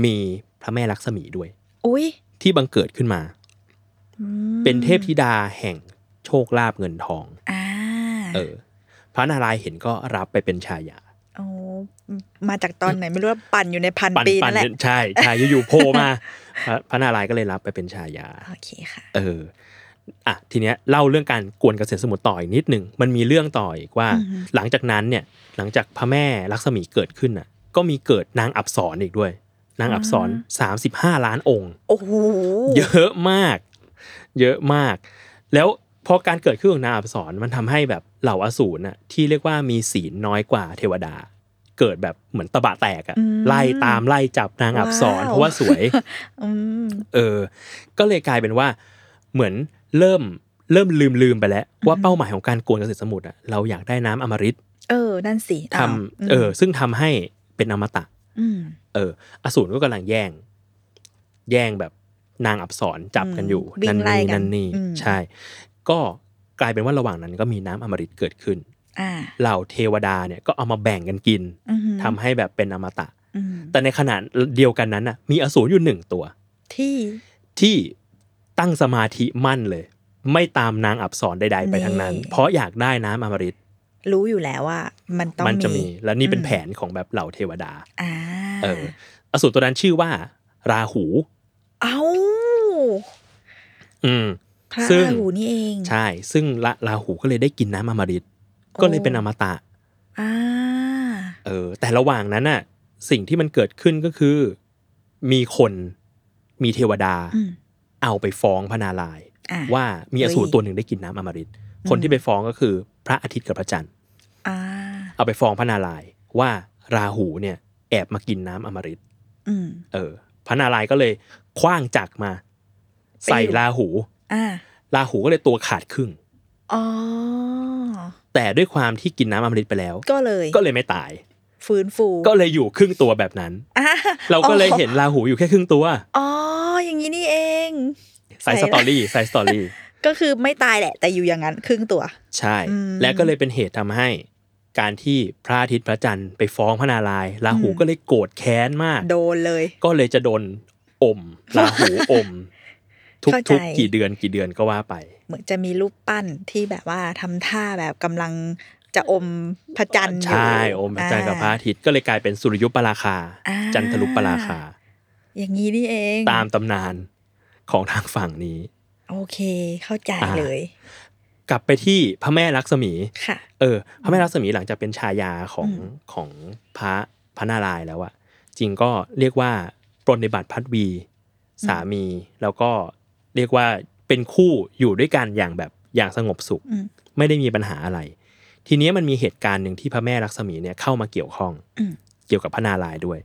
[SPEAKER 2] มีพระแม่ลักษมีด้วย
[SPEAKER 3] อุ้ย
[SPEAKER 2] ที่บังเกิดขึ้นมา
[SPEAKER 3] อืม
[SPEAKER 2] เป็นเทพธิดาแห่งโชคลาภเงินทอง
[SPEAKER 3] อ่า
[SPEAKER 2] เออ พระนารายณ์เห็นก็รับไปเป็นชายา
[SPEAKER 3] โอ้มาจากตอนไหนไม่รู้ว่าปั่นอยู่ในพัน
[SPEAKER 2] ปัน
[SPEAKER 3] ปี
[SPEAKER 2] ปั
[SPEAKER 3] นั่นแหละ
[SPEAKER 2] ใช่ใช่อยู่ๆโผล่มาพระพระนารายณ์ก็เลยรับไปเป็นชายา
[SPEAKER 3] โอเคค่ะ
[SPEAKER 2] เออ อ่ะ ทีเนี้ยเล่าเรื่องการกวนเกษตรสมุทรต่ออีกนิดหนึ่งมันมีเรื่องต่ออีกว่า
[SPEAKER 3] อือฮึ
[SPEAKER 2] หลังจากนั้นเนี่ย หลังจากพระแม่ลักษมีเกิดขึ้นน่ะ ก็มีเกิดนางอับสรอีกด้วย นางอับสรสามสิบห้าล้านองค์
[SPEAKER 3] โอ้โห
[SPEAKER 2] เยอะมาก เยอะมาก แล้วพอการเกิดขึ้นของนางอับสรมันทำให้แบบเหล่าอสูรน่ะที่เรียกว่ามีศีลน้อยกว่าเทวดา เกิดแบบเหมือนตะบะแตกอะไล่ตามไล่จับนางอับสรเพราะว่าสวย
[SPEAKER 3] อืม
[SPEAKER 2] เออ ก็เลยกลายเป็นว่าเหมือนเริ่มเริ่มลืมลืมไปแล้ว ว่าเป้าหมายของการกวนเกษตรสมุทรอะเราอยากได้น้ำอมฤต
[SPEAKER 3] เออ นั่นสิ
[SPEAKER 2] ท
[SPEAKER 3] อ้าว
[SPEAKER 2] ำเออ ซึ่งทำให้เป็นอมตะ
[SPEAKER 3] ม
[SPEAKER 2] เออ อสูรก็กำลังแย่ง แย่งแบบนางอับสรจับกันอยู่
[SPEAKER 3] วิ่
[SPEAKER 2] นั่
[SPEAKER 3] ง
[SPEAKER 2] น
[SPEAKER 3] ไล่
[SPEAKER 2] นี่
[SPEAKER 3] กั
[SPEAKER 2] นั่นนี่
[SPEAKER 3] อืม
[SPEAKER 2] ใช่ ก็กลายเป็นว่าระหว่างนั้นก็มีน้ำอมฤตเกิดขึ้น
[SPEAKER 3] อ่า
[SPEAKER 2] เหล่าเทวดาเนี่ยก็เอามาแบ่งกันกิน
[SPEAKER 3] อือหือ
[SPEAKER 2] ทำให้แบบเป็นอมตะ
[SPEAKER 3] อืม
[SPEAKER 2] แต่ในขณะเดียวกันนั้นน่ะ มีอสูรอยู่หนึ่งตัว
[SPEAKER 3] ที่
[SPEAKER 2] ที่ตั้งสมาธิมั่นเลย ไม่ตามนางอับสรใดๆไปทั้งนั้น เพราะอยากได้น้ำอมฤต
[SPEAKER 3] รู้อยู่แล้วว่า มันต้อง
[SPEAKER 2] มัจะ
[SPEAKER 3] มี
[SPEAKER 2] มี และนี่เป็น
[SPEAKER 3] อืม
[SPEAKER 2] แผนของแบบเหล่าเทวดา
[SPEAKER 3] อ่า
[SPEAKER 2] เออ อสูรตัวนั้นชื่อว่า ราหู
[SPEAKER 3] เอ้า
[SPEAKER 2] อืม
[SPEAKER 3] พระ
[SPEAKER 2] ซึ่ง
[SPEAKER 3] ราหูนี่เอง
[SPEAKER 2] ใช่ ซึ่งละราหูก็เลยได้กินน้ำอมฤตก็เลยเป็นอมตะ
[SPEAKER 3] อ่า
[SPEAKER 2] เออ แต่ระหว่างนั้นน่ะ สิ่งที่มันเกิดขึ้นก็คือ มีคนมีเทวดา
[SPEAKER 3] อืม
[SPEAKER 2] เอาไปฟ้องพระนารายณ์
[SPEAKER 3] อ่า
[SPEAKER 2] ว่ามีอสูร
[SPEAKER 3] เฮ้ย
[SPEAKER 2] ตัวหนึ่งได้กินน้ำอมฤตคน
[SPEAKER 3] อืม
[SPEAKER 2] ที่ไปฟ้องก็คือ พระอาทิตย์กับพระจันทร์
[SPEAKER 3] อ่า
[SPEAKER 2] เอาไปฟ้องพระนารายณ์ว่าราหูเนี่ยแอบมากินน้ำอมฤต
[SPEAKER 3] อืม
[SPEAKER 2] เออ พระนารายณ์ก็เลยคว้างจักรมา ใส่ราหู
[SPEAKER 3] อ่า
[SPEAKER 2] ราหูก็เลยตัวขาดครึ่ง
[SPEAKER 3] อ๋อ
[SPEAKER 2] แต่ด้วยความที่กินน้ำอมฤตไปแล้ว
[SPEAKER 3] ก็เลย
[SPEAKER 2] ก็เลยไม่ตาย
[SPEAKER 3] ฟื้นฟู
[SPEAKER 2] ก็เลยอยู่ครึ่งตัวแบบนั้น
[SPEAKER 3] อ่ะ
[SPEAKER 2] เราก็เลยเห็น
[SPEAKER 3] อ๋อ
[SPEAKER 2] ราหูอยู่แค่ครึ่งตัว
[SPEAKER 3] อ๋ออย่างนี้นี่เอง
[SPEAKER 2] ใส่สตอรี่ใส่สตอรี่
[SPEAKER 3] ก็คือไม่ตายแหละ แต่อยู่อย่างนั้นครึ่งตัว
[SPEAKER 2] ใช่
[SPEAKER 3] อืม
[SPEAKER 2] และก็เลยเป็นเหตุทำให้ การที่พระอาทิตย์พระจันทร์ไปฟ้องพระนารายณ์ราหู
[SPEAKER 3] อืม
[SPEAKER 2] ก็เลยโกรธแค้นมาก
[SPEAKER 3] โดนเลย
[SPEAKER 2] ก็เลยจะโดนอม รา หูอม ทุก
[SPEAKER 3] เข้าใจ
[SPEAKER 2] ทุกกี่เดือนกี่เดือนก็ว่าไป
[SPEAKER 3] เหมือนจะมีรูปปั้นที่แบบว่าทำท่าแบบกำลังจะอมพระจันทร์อยู่
[SPEAKER 2] ใช่อมพระจันทร์กับพระ
[SPEAKER 3] อ่า
[SPEAKER 2] อาทิตย์ก็เลยกลายเป็นสุริยุปราคา
[SPEAKER 3] อ่า
[SPEAKER 2] จันทรุปราคา
[SPEAKER 3] อย่างนี้นี่เอง
[SPEAKER 2] ตามตำนานของทางฝั่งนี้
[SPEAKER 3] โอเค เข้าใจ
[SPEAKER 2] อ่า
[SPEAKER 3] เลย
[SPEAKER 2] กลับไปที่พระแม่ลักษมี
[SPEAKER 3] ค่ะ
[SPEAKER 2] เออพระแม่ลักษมีหลังจากเป็นชายาของ
[SPEAKER 3] อืม
[SPEAKER 2] ของพระพระนารายณ์แล้วอะจริงก็เรียกว่าปรนนิบัติพัดวี สามีแล้วก็เรียกว่าเป็นคู่อยู่ด้วยกันอย่างแบบอย่างสงบสุข
[SPEAKER 3] อืม
[SPEAKER 2] ไม่ได้มีปัญหาอะไร ทีเนี้ยมันมีเหตุการณ์หนึ่งที่พระแม่ลักษมีเนี่ยเข้ามาเกี่ยวข้อง
[SPEAKER 3] อืม
[SPEAKER 2] เกี่ยวกับพระนารายณ์ด้วย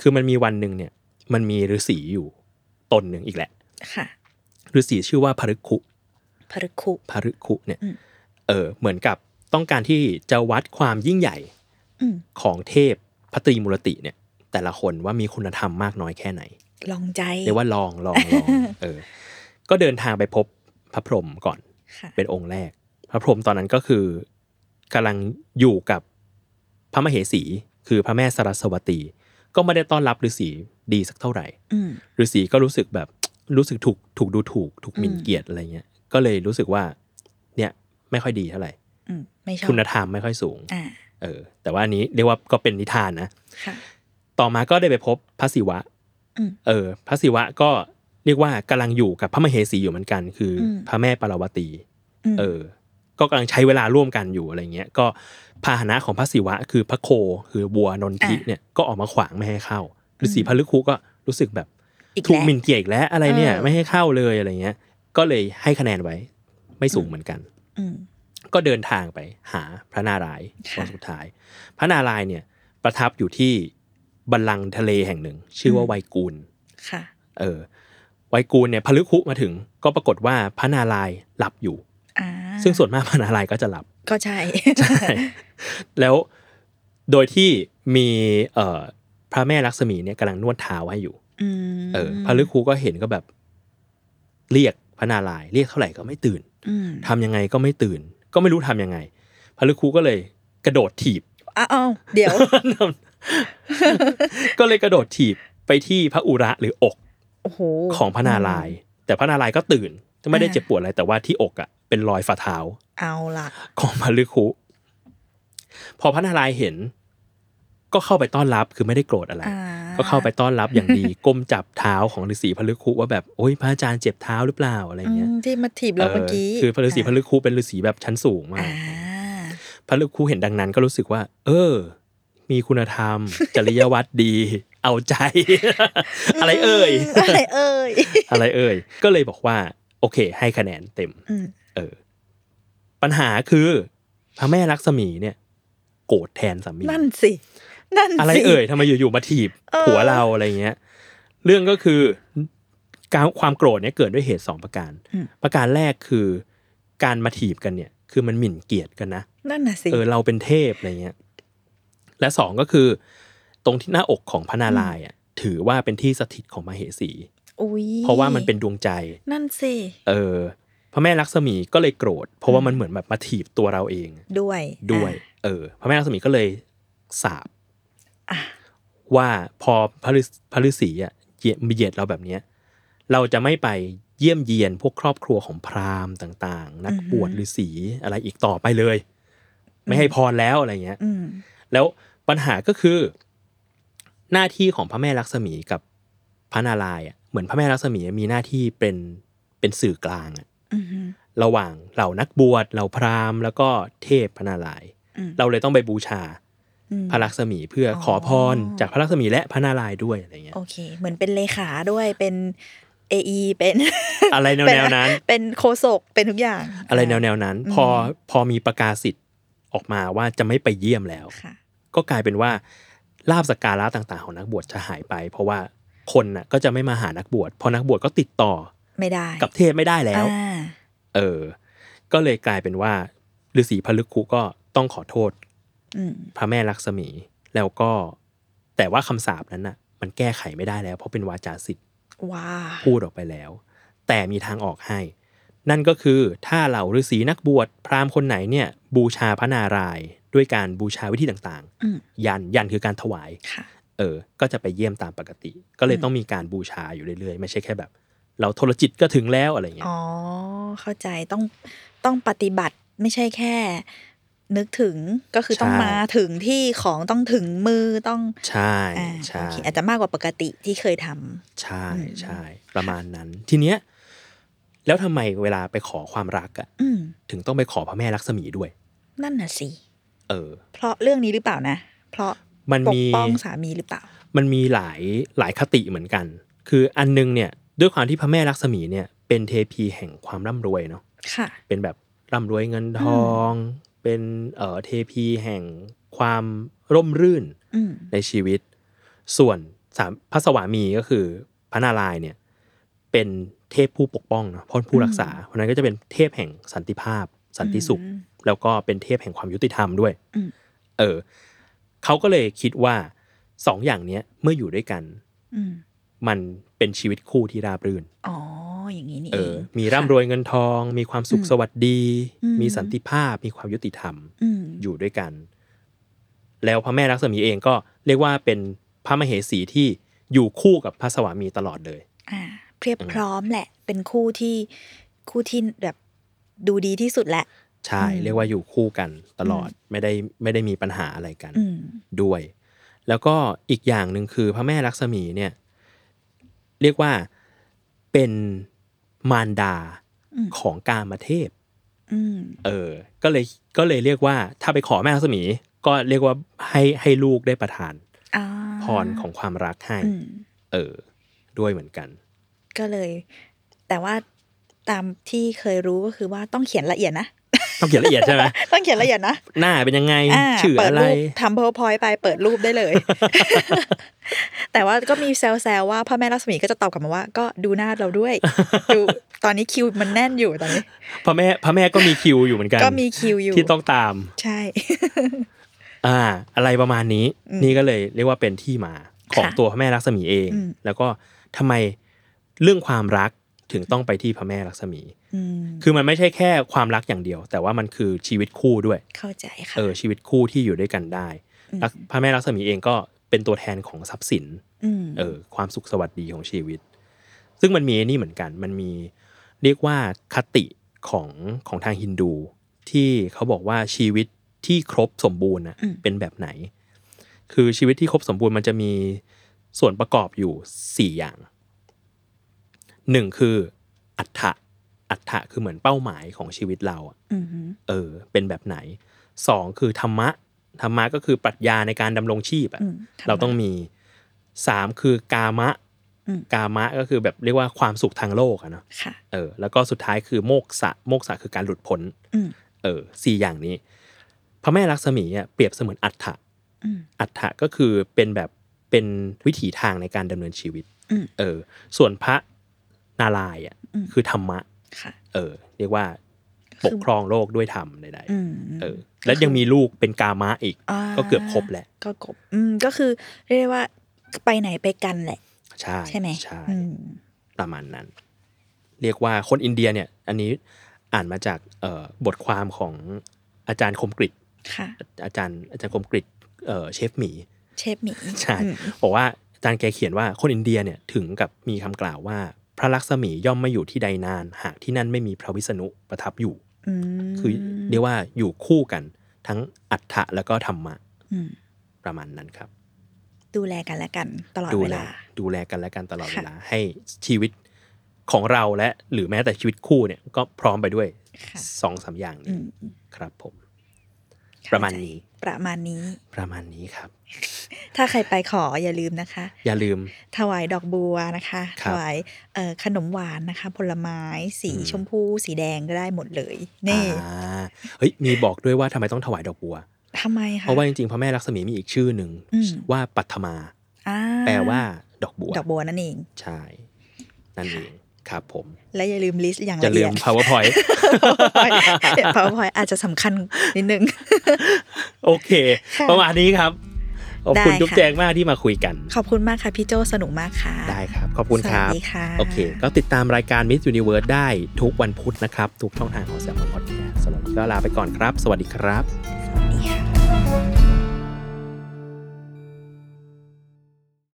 [SPEAKER 2] คือมันมีวันหนึ่งเนี่ยมันมีฤาษีอยู่ตนหนึ่งอีกแหละ
[SPEAKER 3] ค่ะ
[SPEAKER 2] ฤาษีชื่อว่าพฤกขุ
[SPEAKER 3] พระคุ
[SPEAKER 2] พฤคุเนี่ย
[SPEAKER 3] อืม
[SPEAKER 2] เออเหมือนกับต้องการที่จะวัดความยิ่งใหญ่
[SPEAKER 3] อืม
[SPEAKER 2] ของเทพพระตรีมุรติเนี่ย แต่ละคนว่ามีคุณธรรมมากน้อยแค่ไหน
[SPEAKER 3] ลองใจ
[SPEAKER 2] เรียกว่าลองลองลองเออ ก็เดินทางไปพบพระพรหมก่อน
[SPEAKER 3] ค่ะ
[SPEAKER 2] เป็นองค์แรก พระพรหมตอนนั้นก็คือกำลังอยู่กับพระมเหสี คือพระแม่สรัสวตี ก็ไม่ได้ต้อนรับฤาษีดีสักเท่าไหร่
[SPEAKER 3] อืม
[SPEAKER 2] ฤาษีก็รู้สึกแบบ รู้สึกถูกถูกดูถูก ถูกหมิ่น
[SPEAKER 3] อืม
[SPEAKER 2] เกียรติอะไรเงี้ย ก็เลยรู้สึกว่า เนี่ยไม่ค่อยดีเท่าไหร่
[SPEAKER 3] อืมไม่ชอบ
[SPEAKER 2] คุณธรรมไม่ค่อยสูง
[SPEAKER 3] อ่า
[SPEAKER 2] เออ แต่ว่าอันนี้เรียกว่าก็เป็นนิทานนะ
[SPEAKER 3] ค่ะ
[SPEAKER 2] ต่อมาก็ได้ไปพบพระศิวะ
[SPEAKER 3] อืม
[SPEAKER 2] เออ พระศิวะก็เรียกว่ากำลังอยู่กับพระมเหสีอยู่เหมือนกัน คืออ
[SPEAKER 3] ม
[SPEAKER 2] พระแม่ปารวตี
[SPEAKER 3] อืม
[SPEAKER 2] เออ ก็กำลังใช้เวลาร่วมกันอยู่อะไรเงี้ย ก็พาหนะของพระศิวะ คือพระโค คือบัวนนทิเนี่ย ก็ออกมาขวางไม่ให้เข้า ฤาษีพระลึกคุก็รู้สึกแบบ
[SPEAKER 3] อีก
[SPEAKER 2] ถูก
[SPEAKER 3] แล้ว
[SPEAKER 2] หมิ่นเกียรติอีกแล้วอะไรเนี่ย
[SPEAKER 3] เออ
[SPEAKER 2] ไม่ให้เข้าเลยอะไรเงี้ย ก็เลยให้คะแนนไว้ ไม่สูงเหมือนกัน
[SPEAKER 3] อืม
[SPEAKER 2] ก็เดินทางไปหาพระนารายณ์
[SPEAKER 3] ค่ะ
[SPEAKER 2] วันสุดท้าย พระนารายณ์เนี่ยประทับอยู่ที่บัลลังก์ทะเลแห่งหนึ่ง ชื่อว่าไวกูล
[SPEAKER 3] ค่ะ
[SPEAKER 2] เออไวกูลเนี่ยพลึกคุมาถึง ก็ปรากฏว่าพระนารายณ์หลับอยู่
[SPEAKER 3] อ่า
[SPEAKER 2] ซึ่งส่วนมากพระนารายณ์ก็จะห ลับ
[SPEAKER 3] ก็ใช่
[SPEAKER 2] ใช่แล้วโดยที่มีเอ่อพระแม่ลักษมีเนี่ยกำลังนวดเท้าให้อยู่
[SPEAKER 3] อืม
[SPEAKER 2] เออพระฤกคูก็เห็นก็แบบเรียกพระนารายณ์เรียกเท่าไหร่ก็ไม่ตื่น
[SPEAKER 3] อืม
[SPEAKER 2] ทำยังไงก็ไม่ตื่น ก็ไม่รู้ทำยังไงพระฤกคูก็เลยกระโดดถีบ
[SPEAKER 3] อ้าวเดี๋ยว
[SPEAKER 2] ก็เลยกระโดดถีบไปที่พระอุระหรืออก
[SPEAKER 3] โอ้โห
[SPEAKER 2] ของพระนารายณ์แต่พระนารายณ์ก็ตื่นไม่ได้
[SPEAKER 3] อ่า
[SPEAKER 2] เจ็บปวดอะไรแต่ว่าที่อกอ่ะเป็นรอยฝ่าเท้า
[SPEAKER 3] เอาล่ะ
[SPEAKER 2] ของพระฤกคูพอพระนารายณ์เห็น ก็เข้าไปต้อนรับคือไม่ได้โกรธอะไร
[SPEAKER 3] อ่า
[SPEAKER 2] ก็เข้าไปต้อนรับ อย่างดี ก้มจับเท้าของฤาษีพลึกคุว่าแบบโอ้ยพระอาจารย์เจ็บเท้าหรือเปล่าอะไรเงี้ย
[SPEAKER 3] อืมที่มาถีบเราเมื่อกี้
[SPEAKER 2] คือพระฤาษีพลึกคุเป็นฤาษีแบบชั้นสูงมา
[SPEAKER 3] อ่าก
[SPEAKER 2] พลึกคุเห็นดังนั้นก็รู้สึกว่า เออ มีคุณธรรม จริยวัตรดี เอาใจ อะไรเอ่ย
[SPEAKER 3] อะไรเอ่ย
[SPEAKER 2] อะไรเอ่ย ก็เลยบอกว่า โอเค ให้คะแนนเต็ม
[SPEAKER 3] อืม
[SPEAKER 2] เออ ปัญหาคือพระแม่ลักษมีเนี่ย โกรธแทนสามี
[SPEAKER 3] นั่นสินั่นสิ
[SPEAKER 2] อะไรเอ่ยทำไมอยู่ๆมาถีบ
[SPEAKER 3] เออ
[SPEAKER 2] ผัวเราอะไรเงี้ย เรื่องก็คือการความโกรธเนี่ยเกิดด้วยเหตุสองประการ
[SPEAKER 3] อืม
[SPEAKER 2] ประการแรกคือการมาถีบกันเนี่ย คือมันหมิ่นเกียรติกันนะ
[SPEAKER 3] นั่นน่ะสิ
[SPEAKER 2] เออเราเป็นเทพอะไรเงี้ย และสองก็คือ ตรงที่หน้าอกของพระนารายณ์อ่ะถือว่าเป็นที่สถิตของมเหสี
[SPEAKER 3] อุ๊ย
[SPEAKER 2] เพราะว่ามันเป็นดวงใจ
[SPEAKER 3] นั่นสิ
[SPEAKER 2] เออพระแม่ลักษมีก็เลยโกรธ เพราะว่ามันเหมือนแบบมาถีบตัวเราเอง
[SPEAKER 3] ด้วย
[SPEAKER 2] ด้วย เออ พระแม่ลักษมีก็เลยสาป
[SPEAKER 3] อ่ะ
[SPEAKER 2] ว่าพอพระฤพระฤาษีอ่ะเหยียดเหยียดเราแบบเนี้ยเราจะไม่ไปเยี่ยมเยียนพวกครอบครัวของพราหมณ์ต่าง ๆ นักบวชฤาษีอะไรอีกต่อไปเลย ไม่ให้พรแล้วอะไรเงี้ย
[SPEAKER 3] อืม
[SPEAKER 2] แล้วปัญหาก็คือ หน้าที่ของพระแม่ลักษมีกับพระนารายณ์อ่ะเหมือนพระแม่ลักษมีมีหน้าที่เป็นเป็นสื่อกลางอ่ะ
[SPEAKER 3] อืมอืม
[SPEAKER 2] ระหว่างเหล่านักบวชเหล่าพราหมณ์แล้วก็เทพพระนารายณ์
[SPEAKER 3] อืม
[SPEAKER 2] เราเลยต้องไปบูชา
[SPEAKER 3] อืม
[SPEAKER 2] พระลักษมีเพื่ออ
[SPEAKER 3] อ
[SPEAKER 2] ขอพรจากพระลักษมีและพระนารายณ์ด้วยอะไรเงี้ย
[SPEAKER 3] โอเค เหมือนเป็นเลขาด้วยเป็น AE เป็น
[SPEAKER 2] อะไรแนว
[SPEAKER 3] เป็
[SPEAKER 2] แนวนั้น
[SPEAKER 3] เป็นโคศกเป็นทุกอย่าง
[SPEAKER 2] อะไรแนวแนวนั้น พอพอมีประกาศสิทธิ์ออกมาว่าจะไม่ไปเยี่ยมแล้ว
[SPEAKER 3] ค่ะ
[SPEAKER 2] ก็กลายเป็นว่าลาบสกการะต่างๆ ของนักบวชจะหายไป เพราะว่า คนน่ะก็จะไม่มาหานักบวชเพราะนักบวชก็ติดต่อ
[SPEAKER 3] ไม่ได้
[SPEAKER 2] กับเทพไม่ได้แล้ว
[SPEAKER 3] อ่า
[SPEAKER 2] เออ ก็เลยกลายเป็นว่าฤาษีพลึกคุก็ต้องขอโทษ
[SPEAKER 3] อืม
[SPEAKER 2] พระแม่ลักษมี แล้วก็แต่ว่าคำสาปนั้นน่ะ มันแก้ไขไม่ได้แล้ว เพราะเป็นวาจาสิทธิ์
[SPEAKER 3] ว้า
[SPEAKER 2] พูดออกไปแล้ว แต่มีทางออกให้ นั่นก็คือถ้าเหล่าฤาษีนักบวชพราหมณ์คนไหนเนี่ย บูชาพระนารายณ์ด้วยการบูชาวิธีต่าง
[SPEAKER 3] อืม
[SPEAKER 2] ๆ ยันยันคือการถวาย
[SPEAKER 3] ค่ะ
[SPEAKER 2] เออ ก็จะไปเยี่ยมตามปกติ ก็เลย
[SPEAKER 3] อืม
[SPEAKER 2] ต้องมีการบูชาอยู่เรื่อยๆ ไม่ใช่แค่แบบ เราโทรจิตก็ถึงแล้วอะไรเงี้ย
[SPEAKER 3] อ๋อ เข้าใจต้องต้องปฏิบัติไม่ใช่แค่ นึกถึงก็คือต้อง
[SPEAKER 2] ใช่
[SPEAKER 3] มาถึงที่ของต้องถึงมือต้อง
[SPEAKER 2] ใช่
[SPEAKER 3] อ่า
[SPEAKER 2] ใช่
[SPEAKER 3] โอเคอาจจะมากกว่าปกติที่เคยทำ
[SPEAKER 2] ใช่
[SPEAKER 3] อืม
[SPEAKER 2] ใช่ประมาณนั้น ทีเนี้ยแล้วทำไมเวลาไปขอความรักอะ
[SPEAKER 3] อืม
[SPEAKER 2] ถึงต้องไปขอพระแม่ลักษมีด้วย
[SPEAKER 3] นั่นน่ะสิ
[SPEAKER 2] เออ
[SPEAKER 3] เพราะเรื่องนี้หรือเปล่านะ เพราะ
[SPEAKER 2] มัน
[SPEAKER 3] ปก
[SPEAKER 2] มี
[SPEAKER 3] ป้องสามีหรือเปล่า
[SPEAKER 2] มันมีหลายหลายคติเหมือนกัน คืออันนึงเนี่ยด้วยความที่พระแม่ลักษมีเนี่ยเป็นเทพีแห่งความร่ำรวยเนาะ
[SPEAKER 3] ค่ะ
[SPEAKER 2] เป็นแบบร่ำรวยเงินทอง เป็นเอ่อเทพีแห่งความร่มรื่น
[SPEAKER 3] อืม
[SPEAKER 2] ในชีวิต ส่วนสามพระสวามีก็คือพระนารายณ์เนี่ยเป็นเทพผู้ปกป้องเนาะเพราะผู้รักษาเพราะฉะนั้นก็จะเป็นเทพแห่งสันติภาพ สันติสุข
[SPEAKER 3] อืม
[SPEAKER 2] แล้วก็เป็นเทพแห่งความยุติธรรมด้วย
[SPEAKER 3] อืม
[SPEAKER 2] เออ เขาก็เลยคิดว่าสองอย่างเนี้ยเมื่ออยู่ด้วยกัน
[SPEAKER 3] อืม
[SPEAKER 2] มันเป็นชีวิตคู่ที่ราบรื่น
[SPEAKER 3] อ๋อ อย่างนี้นี่
[SPEAKER 2] เอ
[SPEAKER 3] เอ
[SPEAKER 2] อ
[SPEAKER 3] ง
[SPEAKER 2] มีร่ำรวยเงินทอง มีความสุข
[SPEAKER 3] อืม
[SPEAKER 2] สวัสดี
[SPEAKER 3] อืม
[SPEAKER 2] มีสันติภาพ มีความยุติธรรม
[SPEAKER 3] อืม
[SPEAKER 2] อยู่ด้วยกัน แล้วพระแม่ลักษมีเองก็เรียกว่าเป็นพระมเหสีที่อยู่คู่กับพระสวามีตลอดเลย
[SPEAKER 3] อ่า เพียบพร้อมแหละ เป็นคู่ที่คู่ที่แบบดูดีที่สุดแหละ
[SPEAKER 2] ใช่
[SPEAKER 3] อืม
[SPEAKER 2] เรียกว่าอยู่คู่กันตลอด ไม่ได้ไม่ได้มีปัญหาอะไรกัน
[SPEAKER 3] อืม
[SPEAKER 2] ด้วย แล้วก็อีกอย่างหนึ่งคือพระแม่ลักษมีเนี่ย เรียกว่าเป็นมารดา
[SPEAKER 3] อืม
[SPEAKER 2] ของกามเทพ
[SPEAKER 3] อืม
[SPEAKER 2] เออ ก็เลยก็เลยเรียกว่า ถ้าไปขอแม่ลักษมี ก็เรียกว่าให้ให้ลูกได้ประทาน
[SPEAKER 3] อ่า
[SPEAKER 2] พรของความรักให้
[SPEAKER 3] อืม
[SPEAKER 2] เออ ด้วยเหมือนกัน
[SPEAKER 3] ก็เลย แต่ว่าตามที่เคยรู้ก็คือว่าต้องเขียนละเอียดนะ
[SPEAKER 2] ต้องเขียนละเอียดใช่ไหม
[SPEAKER 3] ต้องเขียนละเอียดนะ
[SPEAKER 2] หน้าเป็นยังไง
[SPEAKER 3] อ่า
[SPEAKER 2] ชื่อ
[SPEAKER 3] เปิด
[SPEAKER 2] อะไร
[SPEAKER 3] รูปทำ powerpoint ไปเปิดรูปได้เลย แต่ว่าก็มีแซวๆว่าพ่อแม่รัศมีก็จะตอบกลับมาว่า ก็ดูหน้าเรา ด้วย ดูตอนนี้คิวมันแน่นอยู่ตอนนี้
[SPEAKER 2] พระแม่พระแม่ก็มีคิวอยู่เหมือนกัน
[SPEAKER 3] ก็มีคิวอยู่
[SPEAKER 2] ที่ต้องตาม
[SPEAKER 3] ใช่
[SPEAKER 2] อ่าอะไรประมาณนี้
[SPEAKER 3] อืม
[SPEAKER 2] นี่ก็เลยเรียกว่าเป็นที่มาของ
[SPEAKER 3] ค่ะ
[SPEAKER 2] ตัวพระแม่ลักษมีเอง
[SPEAKER 3] อืม
[SPEAKER 2] แล้วก็ทำไมเรื่องความรักถึงต้องไปที่พระแม่ลักษมี
[SPEAKER 3] อืม
[SPEAKER 2] คือมันไม่ใช่แค่ความรักอย่างเดียว แต่ว่ามันคือชีวิตคู่ด้วย
[SPEAKER 3] เข้าใจค่ะ
[SPEAKER 2] เออชีวิตคู่ที่อยู่ด้วยกันได้
[SPEAKER 3] อืม
[SPEAKER 2] รักพระแม่ลักษมีเองก็เป็นตัวแทนของทรัพย์สิน
[SPEAKER 3] ม
[SPEAKER 2] เออความสุขสวัสดีของชีวิต ซึ่งมันมีนี่เหมือนกัน มันมีเรียกว่าคติของของทางฮินดู ที่เขาบอกว่าชีวิตที่ครบสมบูรณ์น่ะ
[SPEAKER 3] ม
[SPEAKER 2] เป็นแบบไหน คือชีวิตที่ครบสมบูรณ์มันจะมีส่วนประกอบอยู่สี่อย่าง หนึ่งคืออัฏฐะอัฏฐะคือเหมือนเป้าหมายของชีวิตเราอะ
[SPEAKER 3] อืม
[SPEAKER 2] เออ เป็นแบบไหน สองคือธรรมะ ธรรมะก็คือปรัชญาในการดำรงชีพอะ
[SPEAKER 3] อืมทำ
[SPEAKER 2] เราต้องมี สามคือกามะ
[SPEAKER 3] อืม
[SPEAKER 2] กามะก็คือแบบเรียกว่าความสุขทางโลกอะเนาะ
[SPEAKER 3] ค่ะ
[SPEAKER 2] เออ แล้วก็สุดท้ายคือโมกษะ โมกษะคือการหลุดพ้น
[SPEAKER 3] อืม
[SPEAKER 2] เออสี่อย่างนี้ พระแม่ลักษมีอะเปรียบเสมือนอัฏฐะ
[SPEAKER 3] อืม
[SPEAKER 2] อัฏฐะก็คือเป็นแบบเป็นวิถีทางในการดำเนินชีวิต
[SPEAKER 3] อืม
[SPEAKER 2] เออ ส่วนพระนารายณ์อ่ะ
[SPEAKER 3] อืม
[SPEAKER 2] คือธรรมะ
[SPEAKER 3] ค่ะ
[SPEAKER 2] เออ เรียกว่าป
[SPEAKER 3] คือ
[SPEAKER 2] กครองโลกด้วยธรรมใด
[SPEAKER 3] อืม
[SPEAKER 2] ๆเออ แล้วยังมีลูกเป็นกามะอีก
[SPEAKER 3] อ่า
[SPEAKER 2] ก็เกือบครบแหละ
[SPEAKER 3] ก็กบอืมก็คือเรียกได้ว่าไปไหนไปกันแหละ
[SPEAKER 2] ใช่
[SPEAKER 3] ใช่ไหม
[SPEAKER 2] ใช่
[SPEAKER 3] อืม
[SPEAKER 2] ประมาณนั้น เรียกว่าคนอินเดียเนี่ย อันนี้อ่านมาจากเอ่อบทความของอาจารย์คมกริต
[SPEAKER 3] ค่ะ
[SPEAKER 2] อาจารย์อาจารย์คมกริตเอ่อเชฟหมี
[SPEAKER 3] เชฟหมี
[SPEAKER 2] ใช่
[SPEAKER 3] อืม
[SPEAKER 2] บอกว่าอาจารย์แกเขียนว่าคนอินเดียเนี่ยถึงกับมีคำกล่าวว่า พระลักษมีย่อมไม่อยู่ที่ใดนาน หากที่นั่นไม่มีพระวิษณุประทับอยู่
[SPEAKER 3] อืม
[SPEAKER 2] คือเรียกว่าอยู่คู่กันทั้งอัฏฐะแล้วก็ธรรมะ
[SPEAKER 3] อืม
[SPEAKER 2] ประมาณนั้นครับ
[SPEAKER 3] ดูแลกันและกัน ตลอด
[SPEAKER 2] ดู
[SPEAKER 3] เว
[SPEAKER 2] แล
[SPEAKER 3] ลา
[SPEAKER 2] ดูแลกันและกันตลอดเว
[SPEAKER 3] ค่ะ
[SPEAKER 2] ลาให้ชีวิตของเราและหรือแม้แต่ชีวิตคู่เนี่ยก็พร้อมไปด้วย
[SPEAKER 3] ค่ะ
[SPEAKER 2] สองสามอย่าง
[SPEAKER 3] อื
[SPEAKER 2] นี้
[SPEAKER 3] ม
[SPEAKER 2] ครับผม
[SPEAKER 3] เข้
[SPEAKER 2] ประมาณ
[SPEAKER 3] ใจ
[SPEAKER 2] นี้
[SPEAKER 3] ประมาณนี้
[SPEAKER 2] ประมาณนี้ครับ
[SPEAKER 3] ถ้าใครไปขออย่าลืมนะคะ
[SPEAKER 2] อย่าลืม
[SPEAKER 3] ถวายดอกบัวนะคะ
[SPEAKER 2] ค
[SPEAKER 3] ถ
[SPEAKER 2] รับ
[SPEAKER 3] วายเอ่อขนมหวานนะคะ ผลไม้สี
[SPEAKER 2] อืม
[SPEAKER 3] ชมพูสีแดงก็ได้หมดเลย นี่
[SPEAKER 2] อ่าเฮ้ยมีบอกด้วยว่าทำไมต้องถวายดอกบัว
[SPEAKER 3] ทำไมคะ
[SPEAKER 2] เพราะว่าจริงๆพระแม่ลักษมีมีอีกชื่อหนึ่ง
[SPEAKER 3] อืม
[SPEAKER 2] ว่าปัทมา
[SPEAKER 3] อ่า
[SPEAKER 2] แปลว่า ดอกบัว
[SPEAKER 3] ดอกบัวนั่นเอง
[SPEAKER 2] ใช่นั่นเองครับผม
[SPEAKER 3] และอย่าลืมลิสต์อย่าง
[SPEAKER 2] จะ
[SPEAKER 3] ละ
[SPEAKER 2] ลื
[SPEAKER 3] เอีย
[SPEAKER 2] ม
[SPEAKER 3] ด
[SPEAKER 2] powerpoint
[SPEAKER 3] PowerPoint เพราะ พอยอาจจะสำคัญนิดนึง
[SPEAKER 2] โอเค
[SPEAKER 3] ค่ะ
[SPEAKER 2] ประมาณนี้ครับ ขอบคุณ
[SPEAKER 3] ได้
[SPEAKER 2] จุ๊บ
[SPEAKER 3] ค่ะ
[SPEAKER 2] แจงมากที่มาคุยกัน
[SPEAKER 3] ขอบคุณมากค่ะพี่โจสนุกมากค่ะ
[SPEAKER 2] ได้ครับ ขอบคุณครับ
[SPEAKER 3] สวัสดีค่ะ
[SPEAKER 2] โอเค ก็ติดตามรายการ Miss Universe ได้ทุกวันพุธนะครับ ทุกช่องทางของ s ซ l m o n Podcast สำหรับวันนี้ก็ลาไปก่อนครับ สวัสดีครับ
[SPEAKER 3] ส